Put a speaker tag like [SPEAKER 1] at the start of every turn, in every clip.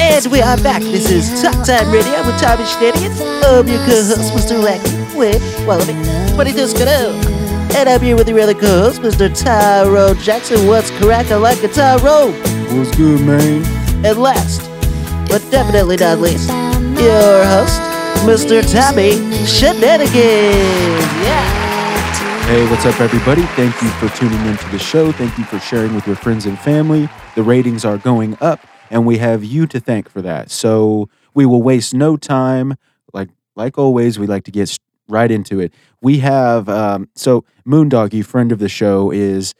[SPEAKER 1] And we are back. This is Top Time Radio with Tom and Shenanigans. I'm your co-host, Mr. Wacky, with Wallaby, Buddy Disco. And I'm here with your other co-host, Mr. Tyro Jackson. What's crack? I like a Tyro.
[SPEAKER 2] What's good, man?
[SPEAKER 1] And last, but definitely not least, your host, Mr. Tommy Shenanigans. Yeah.
[SPEAKER 2] Hey, what's up, everybody? Thank you for tuning into the show. Thank you for sharing with your friends and family. The ratings are going up, and we have you to thank for that. So we will waste no time. Like like always, we like to get s- right into it. We have um, so Moondoggy, friend of the show, is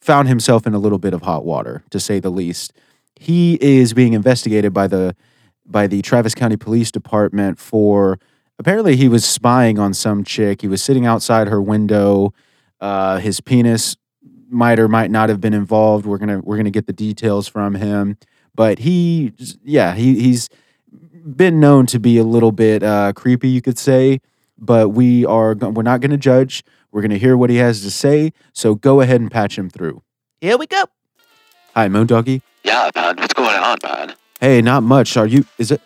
[SPEAKER 2] found himself in a little bit of hot water, to say the least. He is being investigated by the by the Travis County Police Department for apparently he was spying on some chick. He was sitting outside her window. Uh, his penis might or might not have been involved. We're gonna we're gonna get the details from him, but he yeah he he's been known to be a little bit uh, creepy, you could say. But we are go- we're not gonna judge. We're gonna hear what he has to say. So go ahead and patch him through.
[SPEAKER 1] Here we go.
[SPEAKER 2] Hi, Moondoggy.
[SPEAKER 3] Yeah, man. What's going on, man?
[SPEAKER 2] Hey, not much. Are you? Is it?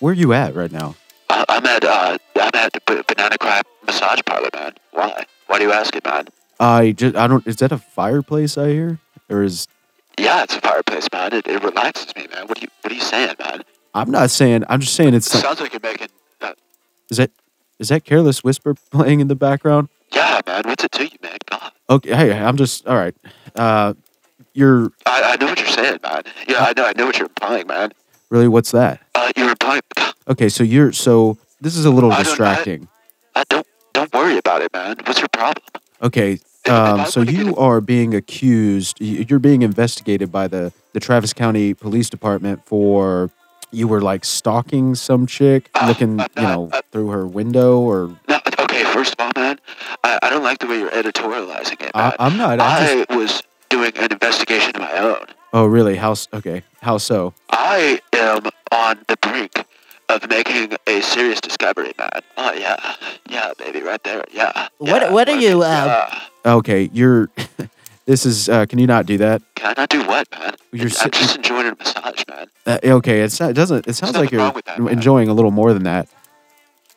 [SPEAKER 2] Where are you at right now?
[SPEAKER 3] I- I'm at uh, I'm at the B- Banana Crab Massage Parlor, man. Why? Why do you ask it, man?
[SPEAKER 2] I just I don't. Is that a fireplace I hear? Or is
[SPEAKER 3] Yeah, it's a fireplace, man. It, it relaxes me, man. What are you What are you saying, man?
[SPEAKER 2] I'm not saying. I'm just saying it's.
[SPEAKER 3] Sounds like you're making. Uh,
[SPEAKER 2] Is that is that Careless Whisper playing in the background?
[SPEAKER 3] yeah, man. What's it to you, man? God.
[SPEAKER 2] Okay. Hey, I'm just all right. Uh, you're
[SPEAKER 3] I, I know what you're saying, man. Yeah, I know. I know what you're implying, man.
[SPEAKER 2] really. What's that?
[SPEAKER 3] Uh, you're implying.
[SPEAKER 2] Okay. So you're so this is a little
[SPEAKER 3] I don't- I-
[SPEAKER 2] distracting.
[SPEAKER 3] Uh, don't Don't worry about it, man. What's your problem?
[SPEAKER 2] Okay.
[SPEAKER 3] I- I
[SPEAKER 2] Um, so
[SPEAKER 3] wanna get
[SPEAKER 2] you
[SPEAKER 3] it-
[SPEAKER 2] are being accused. y- You're being investigated by the the Travis County Police Department for you were like stalking some chick,
[SPEAKER 3] Uh,
[SPEAKER 2] looking
[SPEAKER 3] I'm
[SPEAKER 2] you
[SPEAKER 3] not-
[SPEAKER 2] know
[SPEAKER 3] uh,
[SPEAKER 2] through her window or.
[SPEAKER 3] No, okay. First of all, man, I, I don't like the way you're editorializing it, man.
[SPEAKER 2] I, I'm not. Uh, I just,
[SPEAKER 3] Uh, I was doing an investigation of my own.
[SPEAKER 2] oh, really? How? s- Okay. How so?
[SPEAKER 3] I am on the brink of making a serious discovery, man. Oh yeah, yeah, baby, right there, yeah.
[SPEAKER 1] What-
[SPEAKER 3] yeah,
[SPEAKER 1] what are
[SPEAKER 3] I
[SPEAKER 1] you,
[SPEAKER 3] mean,
[SPEAKER 1] uh,
[SPEAKER 3] yeah.
[SPEAKER 2] Okay. You're. this is. Uh, can you not do that?
[SPEAKER 3] Can I not do what, man?
[SPEAKER 2] You're sit-
[SPEAKER 3] I'm just enjoying a massage, man.
[SPEAKER 2] Uh, okay, it's not, it doesn't. It sounds like
[SPEAKER 3] nothing
[SPEAKER 2] you're
[SPEAKER 3] wrong with that, man.
[SPEAKER 2] enjoying a little more than that.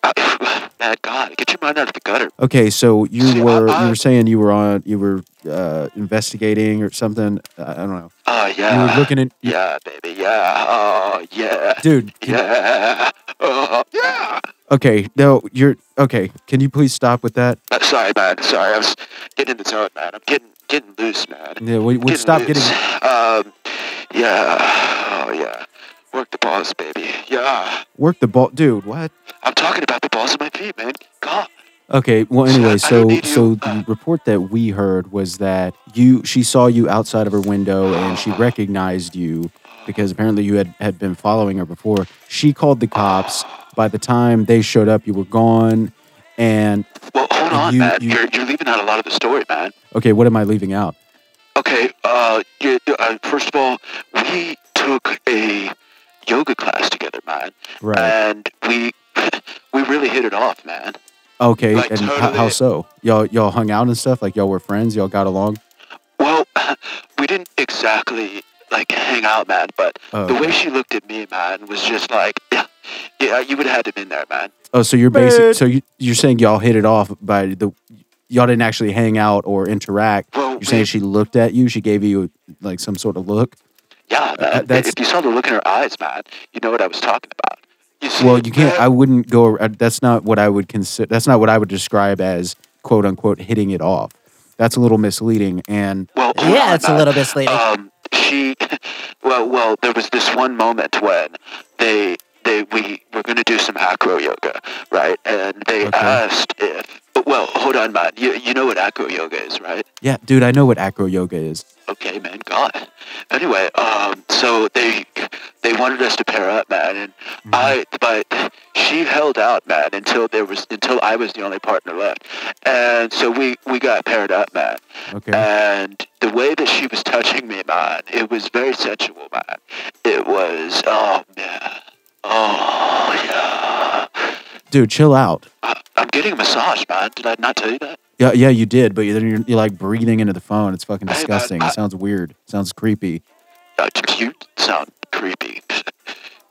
[SPEAKER 3] I, man, God, get your mind out of the gutter.
[SPEAKER 2] Okay, so you
[SPEAKER 3] See, I-
[SPEAKER 2] were you
[SPEAKER 3] I-
[SPEAKER 2] were saying you were on you were uh, investigating or something. uh, I, I don't know.
[SPEAKER 3] Oh
[SPEAKER 2] You
[SPEAKER 3] yeah.
[SPEAKER 2] were looking at
[SPEAKER 3] Yeah, baby, yeah. Oh yeah.
[SPEAKER 2] dude. can-
[SPEAKER 3] Yeah. Oh, yeah.
[SPEAKER 2] Okay, no, you're okay. Can you please stop with that?
[SPEAKER 3] Uh, sorry, man. Sorry, I was getting in the zone, man. I'm getting getting loose, man.
[SPEAKER 2] Yeah, we, we stop getting.
[SPEAKER 3] getting. Um, yeah. Oh, yeah. Work the balls, baby. Yeah.
[SPEAKER 2] Work the ball, dude. What?
[SPEAKER 3] I'm talking about the balls of my feet, man. God.
[SPEAKER 2] Okay. Well, anyway,
[SPEAKER 3] I
[SPEAKER 2] so
[SPEAKER 3] need you,
[SPEAKER 2] so
[SPEAKER 3] uh,
[SPEAKER 2] the report that we heard was that you she saw you outside of her window and she recognized you because apparently you had had been following her before. She called the cops. By the time they showed up, you were gone. And
[SPEAKER 3] Well, hold on,
[SPEAKER 2] You-
[SPEAKER 3] man.
[SPEAKER 2] you-
[SPEAKER 3] are you're leaving out a lot of the story, man.
[SPEAKER 2] okay, what am I leaving out?
[SPEAKER 3] Okay. Uh, you, uh, first of all, we took a yoga class together, man.
[SPEAKER 2] Right.
[SPEAKER 3] And we we really hit it off, man.
[SPEAKER 2] Okay.
[SPEAKER 3] like,
[SPEAKER 2] and h- how
[SPEAKER 3] totally.
[SPEAKER 2] so? Y'all y'all hung out and stuff. Like y'all were friends. Y'all got along.
[SPEAKER 3] Well, we didn't exactly like hang out, man. But
[SPEAKER 2] Oh,
[SPEAKER 3] the
[SPEAKER 2] okay.
[SPEAKER 3] way she looked at me, man, was just like, yeah, yeah, you would have had to been there, man.
[SPEAKER 2] Oh, so you're basic.
[SPEAKER 1] Man.
[SPEAKER 2] So you you're saying y'all hit it off by the y'all didn't actually hang out or interact.
[SPEAKER 3] Well,
[SPEAKER 2] you're
[SPEAKER 3] we-
[SPEAKER 2] saying she looked at you. She gave you like some sort of look.
[SPEAKER 3] Yeah, man.
[SPEAKER 2] Uh, that's-
[SPEAKER 3] If you saw the look in her eyes, man, you know what I was talking about. You see,
[SPEAKER 2] Well, you can't.
[SPEAKER 3] man,
[SPEAKER 2] I wouldn't go. uh, That's not what I would consider. That's not what I would describe as quote unquote hitting it off. That's a little misleading. And
[SPEAKER 3] well, hold
[SPEAKER 1] Yeah,
[SPEAKER 3] on,
[SPEAKER 1] it's a
[SPEAKER 3] man.
[SPEAKER 1] little misleading.
[SPEAKER 3] Um, she, well, well, there was this one moment when they, they, we were gonna do some acro yoga, right? And they
[SPEAKER 2] Okay.
[SPEAKER 3] asked if, well, hold on, man. You, you know what acro yoga is, right?
[SPEAKER 2] yeah, dude, I know what acro yoga is.
[SPEAKER 3] okay, man, God. Anyway, um, so they they wanted us to pair up, man, and I, but she held out, man, until there was until I was the only partner left, and so we we got paired up, man,
[SPEAKER 2] Okay.
[SPEAKER 3] Uh, and the way that she was touching me, man, it was very sensual, man. It was, oh man, oh yeah.
[SPEAKER 2] dude, chill out.
[SPEAKER 3] I, I'm getting a massage, man. Did I not tell you that?
[SPEAKER 2] Yeah, yeah, you did, but then you're, you're like breathing into the phone. It's fucking disgusting.
[SPEAKER 3] I-
[SPEAKER 2] It sounds weird. sounds creepy.
[SPEAKER 3] Uh, you sound creepy.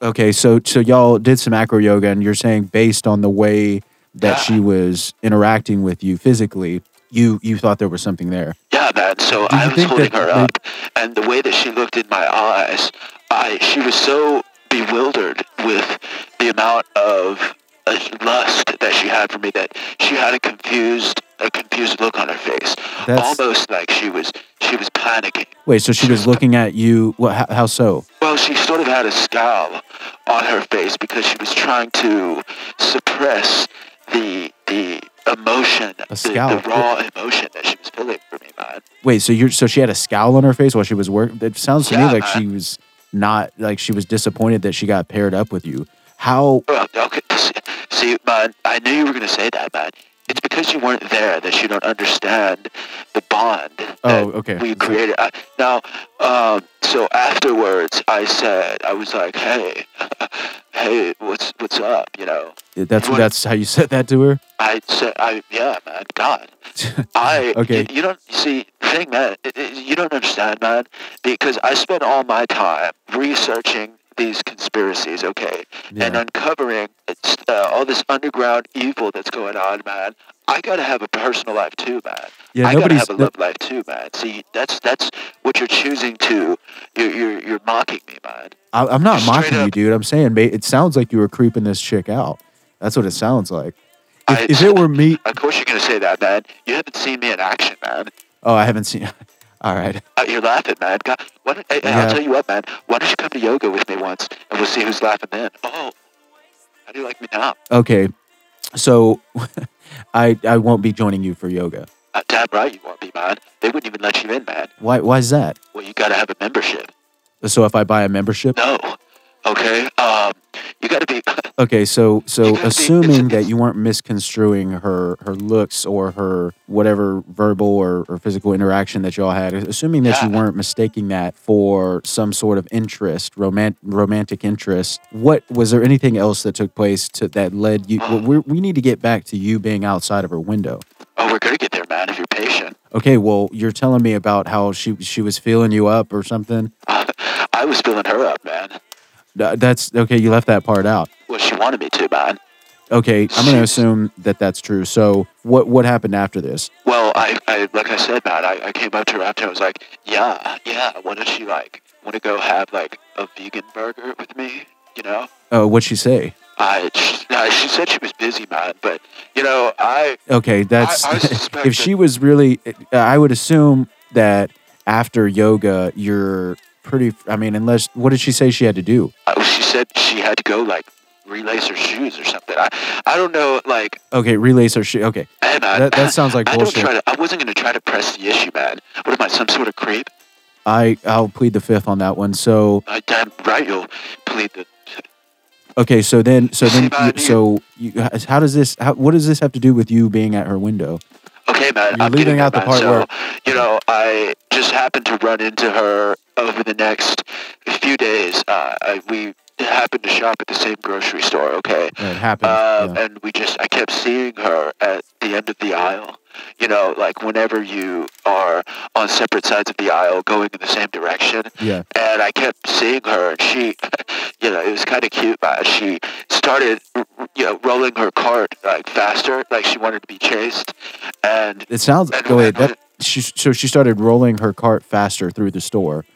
[SPEAKER 2] Okay, so so y'all did some acro yoga, and you're saying based on the way that
[SPEAKER 3] Yeah.
[SPEAKER 2] she was interacting with you physically, you you thought there was something there.
[SPEAKER 3] Yeah, man. So
[SPEAKER 2] Do you
[SPEAKER 3] I was
[SPEAKER 2] think
[SPEAKER 3] holding
[SPEAKER 2] that
[SPEAKER 3] her
[SPEAKER 2] they-
[SPEAKER 3] up, and the way that she looked in my eyes, I she was so bewildered with the amount of uh, lust that she had for me that she had a confused a confused look on her face,
[SPEAKER 2] That's-
[SPEAKER 3] almost like she was she was panicking.
[SPEAKER 2] Wait, so she was looking at you. What? How, how so?
[SPEAKER 3] Well, she sort of had a scowl on her face because she was trying to suppress the the emotion, the,
[SPEAKER 2] scowl?
[SPEAKER 3] the raw emotion that she was feeling for me, man.
[SPEAKER 2] Wait, so you're so she had a scowl on her face while she was working. It sounds to
[SPEAKER 3] Yeah,
[SPEAKER 2] me like
[SPEAKER 3] man.
[SPEAKER 2] she was not like she was disappointed that she got paired up with you. How?
[SPEAKER 3] Well, okay. s- See, man, I knew you were going to say that, man. It's because you weren't there that you don't understand the bond that
[SPEAKER 2] Oh, okay.
[SPEAKER 3] we
[SPEAKER 2] So-
[SPEAKER 3] created. I, now, um, so afterwards, I said, I was like, hey, hey, what's what's up, you know?
[SPEAKER 2] That's
[SPEAKER 3] What-
[SPEAKER 2] that's how you said that to her.
[SPEAKER 3] I said, I yeah, man, God, I
[SPEAKER 2] Okay.
[SPEAKER 3] You, you don't see thing, man. i- i- you don't understand, man, because I spent all my time researching these conspiracies, okay, and
[SPEAKER 2] Yeah.
[SPEAKER 3] uncovering it's, uh, all this underground evil that's going on, man. I gotta have a personal life too, man.
[SPEAKER 2] Yeah,
[SPEAKER 3] I gotta
[SPEAKER 2] nobody's-
[SPEAKER 3] have a
[SPEAKER 2] no-
[SPEAKER 3] love life too, man. See, that's that's what you're choosing to. You're you're, you're mocking me, man.
[SPEAKER 2] I, I'm not
[SPEAKER 3] Straight
[SPEAKER 2] mocking you,
[SPEAKER 3] up.
[SPEAKER 2] dude. I'm saying ba- it sounds like you were creeping this chick out. That's what it sounds like.
[SPEAKER 3] I-
[SPEAKER 2] If, if it were me,
[SPEAKER 3] Of course you're gonna say that, man. You haven't seen me in action, man.
[SPEAKER 2] oh, I haven't seen. All right,
[SPEAKER 3] Uh, you're laughing, man. God, why don't, hey, hey,
[SPEAKER 2] Yeah.
[SPEAKER 3] I'll tell you what, man. Why don't you come to yoga with me once, and we'll see who's laughing then. Oh, how do you like me now?
[SPEAKER 2] okay. So, I I won't be joining you for yoga.
[SPEAKER 3] Uh, damn right you won't be, man. They wouldn't even let you in, man.
[SPEAKER 2] Why? Why is that?
[SPEAKER 3] Well, you gotta have a membership.
[SPEAKER 2] So if I buy a membership,
[SPEAKER 3] No, okay. Um, you gotta be.
[SPEAKER 2] okay. So so
[SPEAKER 3] gotta be-
[SPEAKER 2] assuming
[SPEAKER 3] it's-
[SPEAKER 2] that you weren't misconstruing her her looks or her whatever verbal or, or physical interaction that y'all had, assuming that you
[SPEAKER 3] Yeah.
[SPEAKER 2] weren't mistaking that for some sort of interest, romant, romantic interest. What was there anything else that took place to, that led you?
[SPEAKER 3] Oh.
[SPEAKER 2] we we need to get back to you being outside of her window.
[SPEAKER 3] oh, we're gonna get there, man. If you're patient.
[SPEAKER 2] Okay, well, you're telling me about how she she was feeling you up or something.
[SPEAKER 3] I was filling her up, man.
[SPEAKER 2] Th- That's okay. You left that part out.
[SPEAKER 3] Well, she wanted me to, man.
[SPEAKER 2] Okay, I'm gonna
[SPEAKER 3] Shoot.
[SPEAKER 2] assume that that's true. So, what what happened after this?
[SPEAKER 3] Well, I, I like I said, man, I, I came up to her after I was like, yeah, yeah. Why don't you like want to go have like a vegan burger with me? You know.
[SPEAKER 2] Uh, what'd she say?
[SPEAKER 3] I, Uh, she, no, she said she was busy, man. But you know, I
[SPEAKER 2] Okay, that's
[SPEAKER 3] I suspect
[SPEAKER 2] if she was really. I would assume that after yoga, you're pretty. I mean, unless what did she say she had to do?
[SPEAKER 3] I, she said she had to go like relace her shoes or something. I, I don't know. Like,
[SPEAKER 2] Okay, relace her shoe. Okay,
[SPEAKER 3] man, I,
[SPEAKER 2] That- that sounds like
[SPEAKER 3] I
[SPEAKER 2] bullshit.
[SPEAKER 3] Don't try to, I wasn't gonna try to press the issue, man. What am I, some sort of creep?
[SPEAKER 2] I I'll plead the fifth on that one. So
[SPEAKER 3] I damn right you'll plead the.
[SPEAKER 2] okay, so then so then
[SPEAKER 3] See, man,
[SPEAKER 2] you- so you, how does this? How, what does this have to do with you being at her window?
[SPEAKER 3] Okay, man.
[SPEAKER 2] You're
[SPEAKER 3] I'm
[SPEAKER 2] leaving
[SPEAKER 3] getting there,
[SPEAKER 2] out the
[SPEAKER 3] man.
[SPEAKER 2] part
[SPEAKER 3] so,
[SPEAKER 2] where-
[SPEAKER 3] you know I just happened to run into her over the next few days. Uh, I, we happened to shop at the same grocery store. Okay.
[SPEAKER 2] It happened.
[SPEAKER 3] Um,
[SPEAKER 2] yeah.
[SPEAKER 3] And we just, I kept seeing her at the end of the aisle. You know, like whenever you are on separate sides of the aisle going in the same direction.
[SPEAKER 2] Yeah.
[SPEAKER 3] And I kept seeing her, and she, you know, it was kind of cute, but she started, you know, rolling her cart like faster, like she wanted to be chased. And
[SPEAKER 2] It sounds.
[SPEAKER 3] And
[SPEAKER 2] Oh, wait,
[SPEAKER 3] when-
[SPEAKER 2] that, she, so she started rolling her cart faster through the store.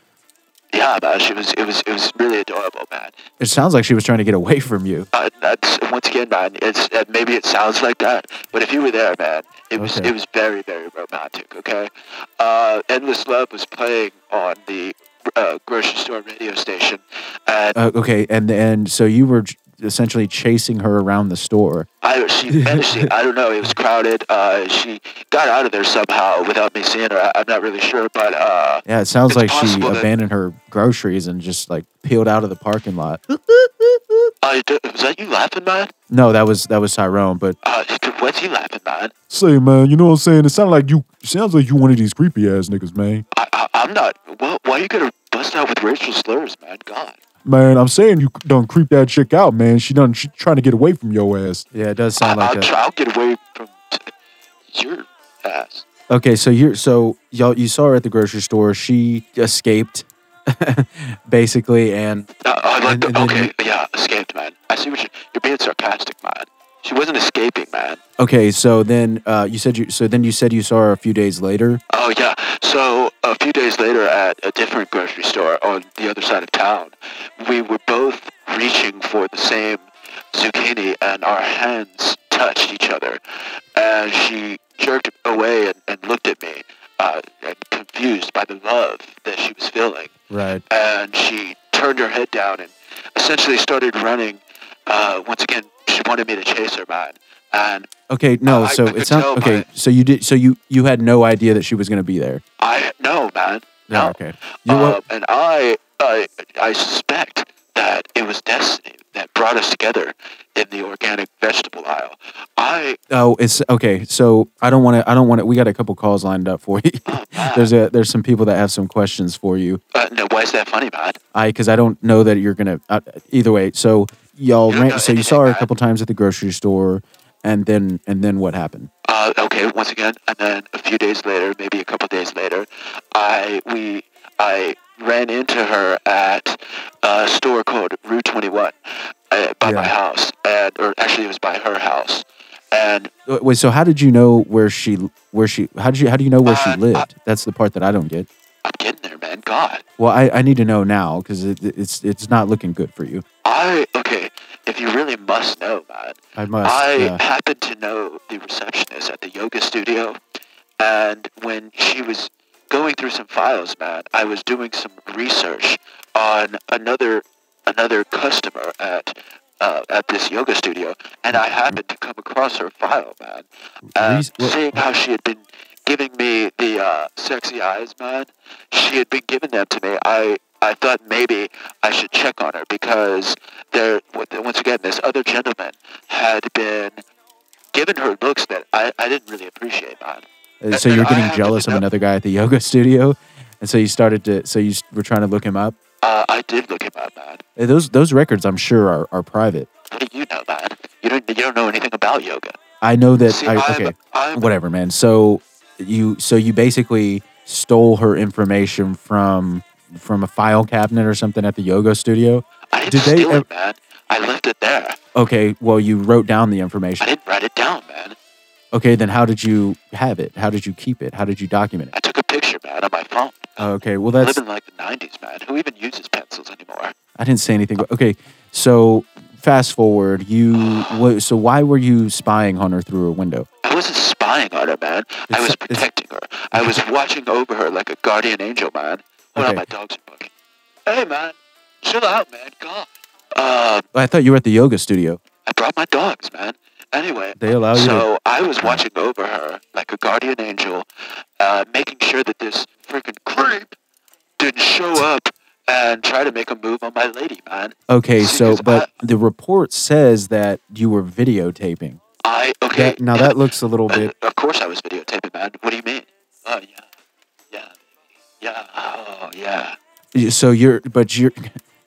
[SPEAKER 3] yeah, man, she was, it was, it was really adorable, man.
[SPEAKER 2] It sounds like she was trying to get away from you.
[SPEAKER 3] Uh, that's once again, man. It's uh, maybe it sounds like that, but if you were there, man, it was
[SPEAKER 2] Okay.
[SPEAKER 3] it was very very romantic. Okay, uh, "Endless Love" was playing on the uh, grocery store radio station, and
[SPEAKER 2] Uh, okay, and and so you were j- essentially chasing her around the store.
[SPEAKER 3] I she managed. to- I don't know. It was crowded. Uh, she got out of there somehow without me seeing her. I, I'm not really sure, but uh,
[SPEAKER 2] Yeah, it sounds
[SPEAKER 3] It's
[SPEAKER 2] like she
[SPEAKER 3] possible that-
[SPEAKER 2] abandoned her groceries and just like peeled out of the parking lot.
[SPEAKER 3] I d was that you laughing, man?
[SPEAKER 2] No, that was that was Tyrone. But
[SPEAKER 3] Uh, what's he laughing, man?
[SPEAKER 4] Say, man, you know what I'm saying? It sounds like you sounds like you one of these creepy ass niggas, man.
[SPEAKER 3] I, I I'm not. Why, why are you gonna bust out with racial slurs, man? God.
[SPEAKER 4] man, I'm saying you done creep that chick out, man. She done she trying to get away from your ass.
[SPEAKER 2] Yeah, it does
[SPEAKER 3] I,
[SPEAKER 2] sound like
[SPEAKER 3] I'll,
[SPEAKER 2] that.
[SPEAKER 3] try, I'll get away from t- your ass.
[SPEAKER 2] Okay, so you're so y'all you saw her at the grocery store. She escaped, basically, and
[SPEAKER 3] Uh, I like
[SPEAKER 2] And-
[SPEAKER 3] the-
[SPEAKER 2] and then
[SPEAKER 3] okay, yeah, escaped, man. I see what you, you're being sarcastic, man. She wasn't escaping, man.
[SPEAKER 2] okay, so then uh, you said you so then you said you saw her a few days later.
[SPEAKER 3] Oh yeah. So a few days later, at a different grocery store on the other side of town, we were both reaching for the same zucchini, and our hands touched each other. And she jerked away and, and looked at me, uh, and confused by the love that she was feeling.
[SPEAKER 2] Right.
[SPEAKER 3] and she turned her head down and essentially started running. Uh, once again, she wanted me to chase her, man. And
[SPEAKER 2] Okay, no,
[SPEAKER 3] I- I
[SPEAKER 2] so
[SPEAKER 3] could
[SPEAKER 2] it's not
[SPEAKER 3] tell by
[SPEAKER 2] okay.
[SPEAKER 3] it.
[SPEAKER 2] So you did so you you had no idea that she was going to be there. Oh,
[SPEAKER 3] I no, man. No.
[SPEAKER 2] okay. You
[SPEAKER 3] Uh,
[SPEAKER 2] were-
[SPEAKER 3] and I, I, I suspect that it was destiny that brought us together in the organic vegetable aisle. I
[SPEAKER 2] oh, it's okay. So I don't want to. I don't want to. We got a couple calls lined up for you. there's a there's some people that have some questions for you.
[SPEAKER 3] uh, no. Why is that funny, man?
[SPEAKER 2] I because I don't know that you're gonna. Uh, either way, so y'all
[SPEAKER 3] You don't know
[SPEAKER 2] ran, so you saw her a
[SPEAKER 3] anything,
[SPEAKER 2] couple times at the grocery store, and then and then what happened?
[SPEAKER 3] Uh, okay, once again, and then a few days later, maybe a couple days later, I we I ran into her at a store called Rue Twenty One uh, by my
[SPEAKER 2] Yeah.
[SPEAKER 3] house, and or actually it was by her house, and
[SPEAKER 2] Uh, Wait, so how did you know where she where she how did you how do you know where
[SPEAKER 3] Uh,
[SPEAKER 2] she lived? That's the part that I don't get.
[SPEAKER 3] I'm getting there, man. God,
[SPEAKER 2] Well, I, I need to know now because it, it's it's not looking good for you.
[SPEAKER 3] I okay. If you really must know, man,
[SPEAKER 2] I must. uh,
[SPEAKER 3] I
[SPEAKER 2] yeah.
[SPEAKER 3] happened to know the receptionist at the yoga studio, and when she was going through some files, man, I was doing some research on another another customer at uh, at this yoga studio, and I happened to come across her file, man, and
[SPEAKER 2] Res- what-
[SPEAKER 3] Um, seeing how she had been giving me the uh, sexy eyes, man, she had been giving them to me. I I thought maybe I should check on her because there once again this other gentleman had been giving her looks that I, I didn't really appreciate, man.
[SPEAKER 2] Uh, so you're
[SPEAKER 3] I
[SPEAKER 2] getting
[SPEAKER 3] happened
[SPEAKER 2] jealous
[SPEAKER 3] to
[SPEAKER 2] of
[SPEAKER 3] know-
[SPEAKER 2] another guy at the yoga studio, and so you started to so you s- were trying to look him up.
[SPEAKER 3] Uh, I did look him up, man.
[SPEAKER 2] Uh, Those those records I'm sure are, are private.
[SPEAKER 3] What do you know, man? You don't you don't know anything about yoga.
[SPEAKER 2] I know that.
[SPEAKER 3] See,
[SPEAKER 2] I,
[SPEAKER 3] I'm-
[SPEAKER 2] okay,
[SPEAKER 3] I'm-
[SPEAKER 2] whatever, man. So you so you basically stole her information from from a file cabinet or something at the yoga studio.
[SPEAKER 3] I didn't
[SPEAKER 2] Did they
[SPEAKER 3] steal
[SPEAKER 2] ev-
[SPEAKER 3] it, man. I left it there.
[SPEAKER 2] Okay, well you wrote down the
[SPEAKER 3] I
[SPEAKER 2] information.
[SPEAKER 3] didn't write it down, man.
[SPEAKER 2] Okay, then how did you have it? How did you keep it? How did you document it? Oh,
[SPEAKER 3] I took a picture, man, on my phone.
[SPEAKER 2] Okay, well that's
[SPEAKER 3] Living like the '90s, man. Who even uses pencils anymore?
[SPEAKER 2] I didn't say anything. Okay, so fast forward. You wha- so why were you spying on her through a window?
[SPEAKER 3] I wasn't spying on her, man. I
[SPEAKER 2] It's-
[SPEAKER 3] was
[SPEAKER 2] it's-
[SPEAKER 3] protecting her. I was watching over her like a guardian angel, man. Hold on,
[SPEAKER 2] Okay.
[SPEAKER 3] my dogs are barking. Hey, man, chill out, man. God. Uh,
[SPEAKER 2] I thought you were at the yoga studio.
[SPEAKER 3] I brought my dogs, man. Anyway,
[SPEAKER 2] They allow you to-
[SPEAKER 3] so I was watching over her like a guardian angel, uh, making sure that this freaking creep didn't show up and try to make a move on my lady, man.
[SPEAKER 2] Okay,
[SPEAKER 3] See,
[SPEAKER 2] so
[SPEAKER 3] 'cause
[SPEAKER 2] but the report says that you were videotaping.
[SPEAKER 3] I okay.
[SPEAKER 2] That, now that looks a little bit.
[SPEAKER 3] Of course, I was videotaping, man. What do you mean? Oh yeah, yeah, yeah. Oh yeah.
[SPEAKER 2] So you're, but you're.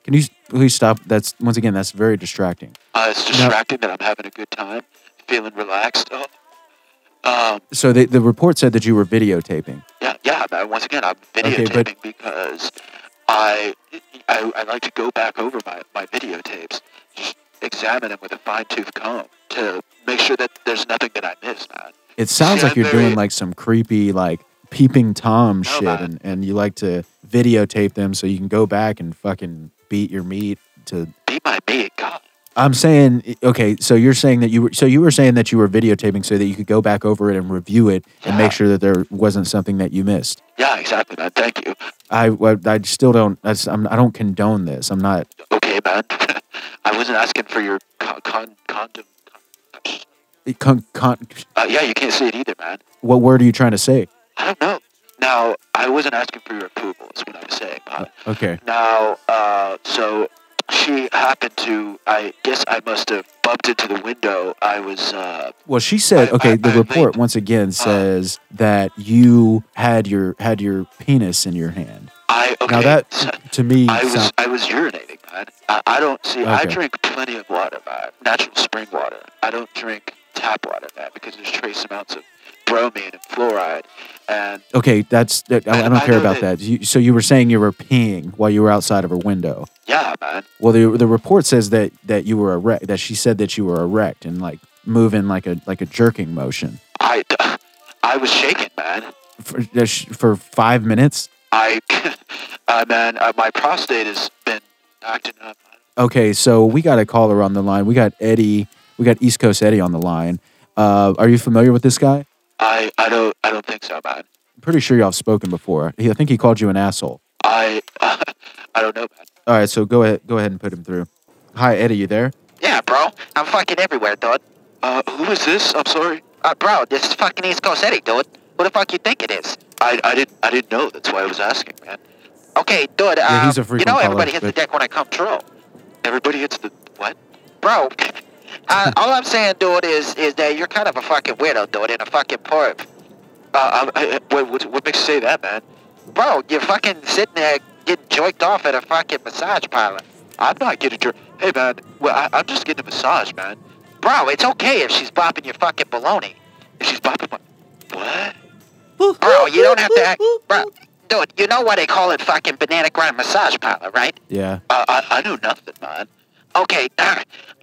[SPEAKER 2] Can you please stop? That's once again, that's very distracting.
[SPEAKER 3] Uh, it's distracting that I'm having a good time, feeling relaxed. Oh. Um,
[SPEAKER 2] So the the report said that you were videotaping.
[SPEAKER 3] yeah, yeah, man. Once again, I'm
[SPEAKER 2] Okay,
[SPEAKER 3] videotaping
[SPEAKER 2] but-
[SPEAKER 3] because I, I I like to go back over my, my videotapes, just examine them with a fine tooth comb to make sure that there's nothing that I missed, man.
[SPEAKER 2] It sounds
[SPEAKER 3] See,
[SPEAKER 2] like
[SPEAKER 3] I'm
[SPEAKER 2] you're doing
[SPEAKER 3] very-
[SPEAKER 2] like some creepy like peeping tom shit,
[SPEAKER 3] man.
[SPEAKER 2] and, and you like to videotape them so you can go back and fucking beat your meat to.
[SPEAKER 3] Be my meat, God.
[SPEAKER 2] I'm saying okay, so you're saying that you were so you were saying that you were videotaping so that you could go back over it and review it and
[SPEAKER 3] Yeah.
[SPEAKER 2] make sure that there wasn't something that you missed.
[SPEAKER 3] Yeah, exactly, man. Thank you.
[SPEAKER 2] I I, I still don't that's, I'm, I don't condone this. I'm not
[SPEAKER 3] Okay, man. I wasn't asking for your con- con- condom.
[SPEAKER 2] con, con,
[SPEAKER 3] Uh, yeah, you can't see it either, man.
[SPEAKER 2] what word are you trying to say?
[SPEAKER 3] I don't know. Now, I wasn't asking for your approval, is what I'm saying, man.
[SPEAKER 2] Okay.
[SPEAKER 3] Now, uh, so she happened to, I guess I must have bumped into the window. I was, uh,
[SPEAKER 2] Well, she said,
[SPEAKER 3] I-
[SPEAKER 2] okay,
[SPEAKER 3] I-
[SPEAKER 2] the
[SPEAKER 3] I
[SPEAKER 2] report
[SPEAKER 3] think- uh,
[SPEAKER 2] once again says that you had your had your penis in your hand.
[SPEAKER 3] I, okay.
[SPEAKER 2] Now that
[SPEAKER 3] so
[SPEAKER 2] to me
[SPEAKER 3] I was,
[SPEAKER 2] sound-
[SPEAKER 3] I was urinating, man. I, I don't see. I
[SPEAKER 2] Okay.
[SPEAKER 3] drink plenty of water, man. Natural spring water. I don't drink tap water, man, because there's trace amounts of bromine and fluoride, and
[SPEAKER 2] Okay, that's that, I, I don't
[SPEAKER 3] I
[SPEAKER 2] care
[SPEAKER 3] know
[SPEAKER 2] about
[SPEAKER 3] that-
[SPEAKER 2] that. You, so you were saying you were peeing while you were outside of her window.
[SPEAKER 3] yeah, man.
[SPEAKER 2] Well, the the report says that that you were erect. That she said that you were erect and like moving like a like a jerking motion
[SPEAKER 3] I, I was shaking, man.
[SPEAKER 2] for that sh- for five minutes.
[SPEAKER 3] I, uh, man, uh, my prostate has been acting up.
[SPEAKER 2] Okay, so we got a caller on the line. We got Eddie. We got East Coast Eddie on the line. Uh, are you familiar with this guy?
[SPEAKER 3] I, I don't, I don't think so, man.
[SPEAKER 2] I'm pretty sure y'all have spoken before. He, I think he called you an asshole.
[SPEAKER 3] I, I don't know, man.
[SPEAKER 2] All right, so go ahead, go ahead and put him through. Hi, Eddie. You there?
[SPEAKER 5] Yeah, bro. I'm fucking everywhere, dude.
[SPEAKER 3] Uh, who is this? I'm sorry.
[SPEAKER 5] Uh, bro, this is fucking East Coast Eddie, dude. Who the fuck you think it is?
[SPEAKER 3] I, I didn't, I didn't know. That's why I was asking, man.
[SPEAKER 5] Okay, dude, um,
[SPEAKER 2] he's a
[SPEAKER 5] you
[SPEAKER 2] frequent
[SPEAKER 5] know
[SPEAKER 2] caller,
[SPEAKER 5] everybody hits the
[SPEAKER 2] but-
[SPEAKER 5] deck when I come through.
[SPEAKER 3] Everybody hits the what?
[SPEAKER 5] Bro, uh, all I'm saying, dude, is is that you're kind of a fucking weirdo, dude, and a fucking perv.
[SPEAKER 3] Uh, I, I, what, what, what makes you say that, man?
[SPEAKER 5] Bro, you're fucking sitting there getting jerked off at a fucking massage parlor.
[SPEAKER 3] I'm not getting your. Hey, man. Well, I, I'm just getting a massage, man.
[SPEAKER 5] Bro, it's okay if she's bopping your fucking baloney.
[SPEAKER 3] If she's bopping my. What?
[SPEAKER 5] Bro, you don't have to act. Bro, dude, you know why they call it fucking banana grind massage parlor, right?
[SPEAKER 2] Yeah.
[SPEAKER 3] Uh, I, I know nothing, man.
[SPEAKER 5] Okay,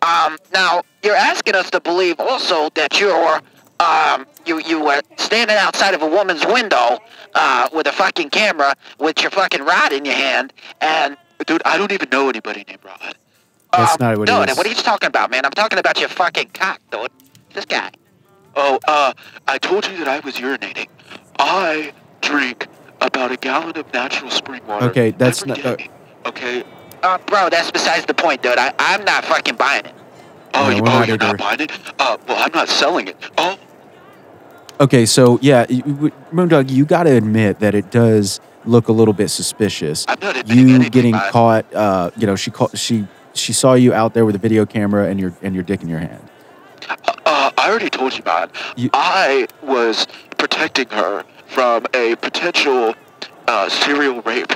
[SPEAKER 5] um, now you're asking us to believe also that you're, um, you you were standing outside of a woman's window, uh, with a fucking camera, with your fucking rod in your hand, and
[SPEAKER 3] Dude, I don't even know anybody named Rod.
[SPEAKER 2] That's
[SPEAKER 5] um,
[SPEAKER 2] not what it
[SPEAKER 5] dude,
[SPEAKER 2] is.
[SPEAKER 5] what are you talking about, man? I'm talking about your fucking cock, dude. This guy.
[SPEAKER 3] Oh, uh, I told you that I was urinating. I drink about a gallon of natural spring water.
[SPEAKER 2] Okay, that's
[SPEAKER 3] every
[SPEAKER 2] not-
[SPEAKER 3] day. okay.
[SPEAKER 5] Uh, bro, that's besides the point, dude. I, I'm not fucking buying it.
[SPEAKER 3] Oh,
[SPEAKER 2] Yeah,
[SPEAKER 3] you,
[SPEAKER 2] we're
[SPEAKER 3] oh
[SPEAKER 2] not
[SPEAKER 3] you're
[SPEAKER 2] either.
[SPEAKER 3] not buying it? Uh, well, I'm not selling it. Oh,
[SPEAKER 2] Okay, so yeah, you- you- Moondog, you got to admit that it does look a little bit suspicious.
[SPEAKER 3] I'm not admitting
[SPEAKER 2] You
[SPEAKER 3] anything,
[SPEAKER 2] getting
[SPEAKER 3] man.
[SPEAKER 2] caught, uh, you know, she caught, she she saw you out there with a video camera and your and your dick in your hand.
[SPEAKER 3] Uh, I already told you, man.
[SPEAKER 2] You-
[SPEAKER 3] I was protecting her from a potential uh, serial rape.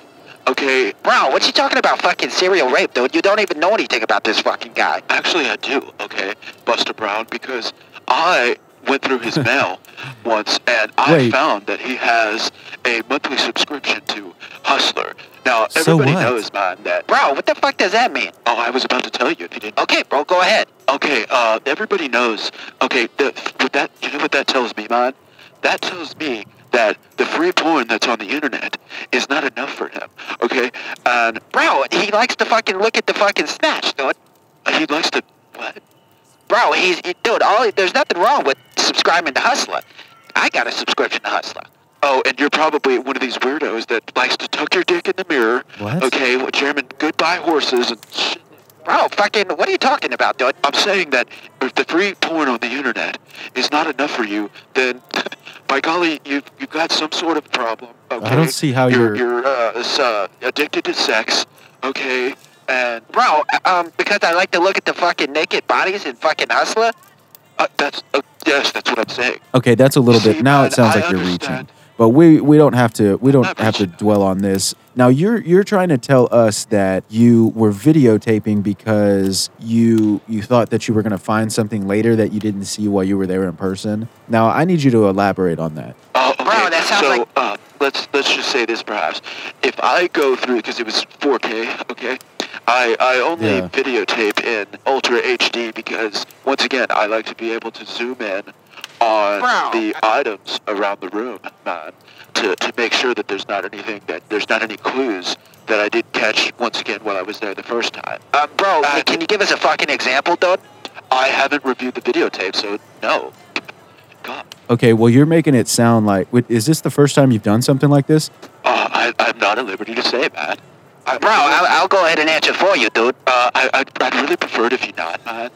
[SPEAKER 3] Okay,
[SPEAKER 5] Bro, what you talking about? Fucking serial rape, dude. You don't even know anything about this fucking guy.
[SPEAKER 3] actually, I do. Okay, Buster Brown, because I went through his mail once, and I
[SPEAKER 2] Wait.
[SPEAKER 3] found that he has a monthly subscription to Hustler. Now
[SPEAKER 2] So
[SPEAKER 3] everybody
[SPEAKER 2] what?
[SPEAKER 3] knows, man, that.
[SPEAKER 5] Bro, what the fuck does that mean?
[SPEAKER 3] Oh, I was about to tell you if you didn't.
[SPEAKER 5] Okay, bro, go ahead.
[SPEAKER 3] Okay, uh, everybody knows. Okay, the, what that you know what that tells me, man? That tells me that the free porn that's on the internet is not enough for him. Okay, and
[SPEAKER 5] Bro, he likes to fucking look at the fucking snatch, dude.
[SPEAKER 3] he likes to what?
[SPEAKER 5] Bro, he's he, dude. All there's nothing wrong with subscribing to Hustler. I got a subscription to Hustler.
[SPEAKER 3] Oh, and you're probably one of these weirdos that likes to tuck your dick in the mirror.
[SPEAKER 2] What?
[SPEAKER 3] Okay, well, German goodbye horses and shit.
[SPEAKER 5] Bro, fucking, what are you talking about, dude?
[SPEAKER 3] I'm saying that if the free porn on the internet is not enough for you, then by golly, you've, you've got some sort of problem.
[SPEAKER 5] Oh,
[SPEAKER 3] Okay?
[SPEAKER 2] don't see how
[SPEAKER 3] you're
[SPEAKER 2] you're-
[SPEAKER 3] you're uh, s- uh, addicted to sex. Okay, and
[SPEAKER 5] Bro, um, because I like to look at the fucking naked bodies in fucking Hustler.
[SPEAKER 3] uh, that's uh, yes, that's what I'm saying.
[SPEAKER 2] Okay, that's a little
[SPEAKER 3] You
[SPEAKER 2] bit.
[SPEAKER 3] see,
[SPEAKER 2] Now
[SPEAKER 3] man,
[SPEAKER 2] it sounds
[SPEAKER 3] I
[SPEAKER 2] like you're reaching,
[SPEAKER 3] understand.
[SPEAKER 2] but we we don't have to we don't
[SPEAKER 3] Not
[SPEAKER 2] have to
[SPEAKER 3] reaching.
[SPEAKER 2] dwell on this. Now you're you're trying to tell us that you were videotaping because you you thought that you were going to find something later that you didn't see while you were there in person. Now I need you to elaborate on that.
[SPEAKER 3] Oh, okay.
[SPEAKER 5] Bro, that sounds
[SPEAKER 3] so,
[SPEAKER 5] like-
[SPEAKER 3] uh, let's let's just say this perhaps. If I go through because it was 4K, okay, I I only
[SPEAKER 2] Yeah.
[SPEAKER 3] videotape in Ultra HD because once again I like to be able to zoom in on
[SPEAKER 5] Bro.
[SPEAKER 3] the items around the room, man, to to make sure that there's not anything that there's not any clues that I didn't catch once again while I was there the first time.
[SPEAKER 5] Uh, bro,
[SPEAKER 3] Uh,
[SPEAKER 5] can you give us a fucking example, dude?
[SPEAKER 3] I haven't reviewed the videotape, so no. God,
[SPEAKER 2] Okay, well, you're making it sound like wait, is this the first time you've done something like this?
[SPEAKER 3] uh, I I'm not at liberty to say, man. I,
[SPEAKER 5] Bro, I'll, I'll go ahead and answer for you, dude.
[SPEAKER 3] Uh, I, I'd, I'd really prefer it if you not, man.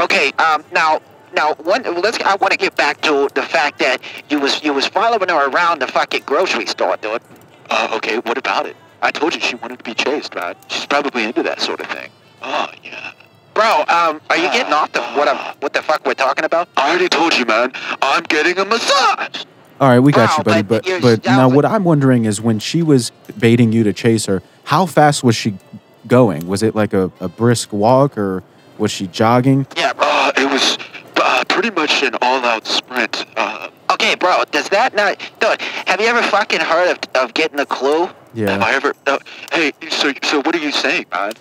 [SPEAKER 5] Okay, um, now, now, one, let's. I want to get back to the fact that you was you was following her around the fucking grocery store, dude.
[SPEAKER 3] Uh, okay, what about it? I told you she wanted to be chased, man. She's probably into that sort of thing. Oh, yeah. Ah.
[SPEAKER 5] Bro, um, are you getting off the what I'm, what the fuck we're talking about?
[SPEAKER 3] I already told you, man. I'm getting a massage.
[SPEAKER 2] All right, we got
[SPEAKER 5] Wow,
[SPEAKER 2] you, buddy.
[SPEAKER 5] but
[SPEAKER 2] But
[SPEAKER 5] you're-
[SPEAKER 2] but
[SPEAKER 5] that
[SPEAKER 2] now
[SPEAKER 5] was-
[SPEAKER 2] what I'm wondering is when she was baiting you to chase her, how fast was she going? Was it like a, a brisk walk or was she jogging?
[SPEAKER 5] Yeah, bro.
[SPEAKER 3] Uh, it was uh, pretty much an all-out sprint. Uh,
[SPEAKER 5] Okay, bro. Does that not? Dude, have you ever fucking heard of, of getting a clue?
[SPEAKER 3] Have I
[SPEAKER 2] Yeah.
[SPEAKER 3] ever? Uh, hey, so so what are you saying, man?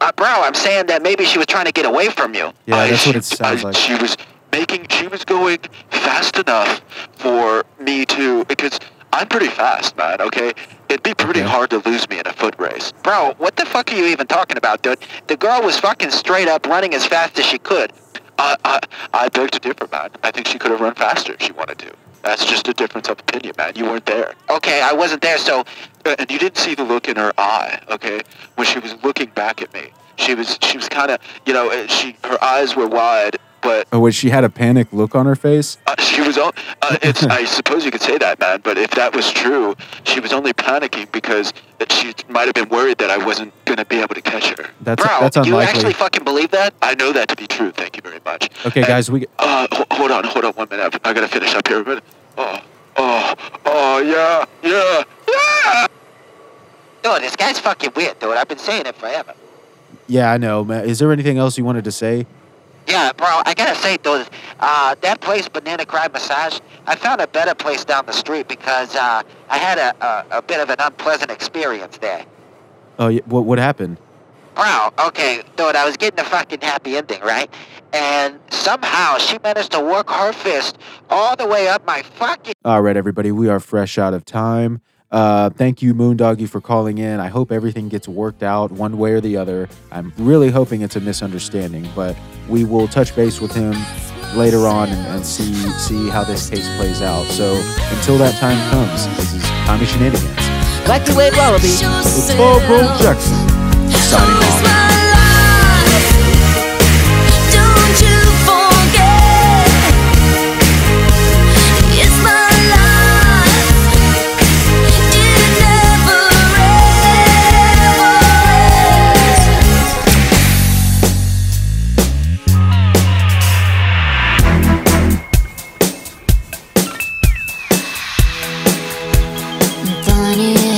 [SPEAKER 5] Uh, bro, I'm saying that maybe she was trying to get away from you.
[SPEAKER 2] Yeah,
[SPEAKER 3] I-
[SPEAKER 2] that's what it
[SPEAKER 3] she-
[SPEAKER 2] sounds
[SPEAKER 3] I-
[SPEAKER 2] like.
[SPEAKER 3] She was making. She was going fast enough for me to because I'm pretty fast, man. Okay, it'd be pretty
[SPEAKER 2] Okay.
[SPEAKER 3] hard to lose me in a foot race.
[SPEAKER 5] Bro, what the fuck are you even talking about, dude? The girl was fucking straight up running as fast as she could.
[SPEAKER 3] I I I beg to differ, man. I think she could have run faster if she wanted to. That's just a difference of opinion, man. You weren't there.
[SPEAKER 5] Okay, I wasn't there, so
[SPEAKER 3] Uh, and you didn't see the look in her eye, okay, when she was looking back at me. She was she was kind of you know uh, she her eyes were wide, but
[SPEAKER 2] Or was she had a panic look on her face?
[SPEAKER 3] uh, she was on. Uh, it's I suppose you could say that, man. But if that was true, she was only panicking because that she might have been worried that I wasn't gonna be able to catch her.
[SPEAKER 2] That's
[SPEAKER 5] bro,
[SPEAKER 2] that's
[SPEAKER 5] you
[SPEAKER 2] unlikely.
[SPEAKER 5] actually fucking believe that?
[SPEAKER 3] I know that to be true. Thank you very much.
[SPEAKER 2] okay,
[SPEAKER 3] And-
[SPEAKER 2] guys, we
[SPEAKER 3] Uh, ho- hold on, hold on one minute. I gotta finish up here. But, oh, oh, oh, yeah, yeah.
[SPEAKER 5] Dude, this guy's fucking weird, dude. I've been saying it forever.
[SPEAKER 2] yeah, I know. Man. Is there anything else you wanted to say?
[SPEAKER 5] Yeah, bro, I gotta say, dude, uh, that place, Banana Cry Massage, I found a better place down the street because uh, I had a, a, a bit of an unpleasant experience there.
[SPEAKER 2] Oh, yeah, what what happened?
[SPEAKER 5] Wow, okay, dude, I was getting a fucking happy ending, right? And somehow she managed to work her fist all the way up my fucking.
[SPEAKER 2] All right, everybody, we are fresh out of time. Uh, thank you, Moondoggy, for calling in. I hope everything gets worked out one way or the other. I'm really hoping it's a misunderstanding, but we will touch base with him later on and, and see see how this case plays out. So until that time comes, this is Tommy Shenanigans.
[SPEAKER 1] Like the way Wallaby.
[SPEAKER 6] It's
[SPEAKER 2] Paul Bro Jackson signing off.
[SPEAKER 6] Don't you forget, it's my life. It never ends. Funny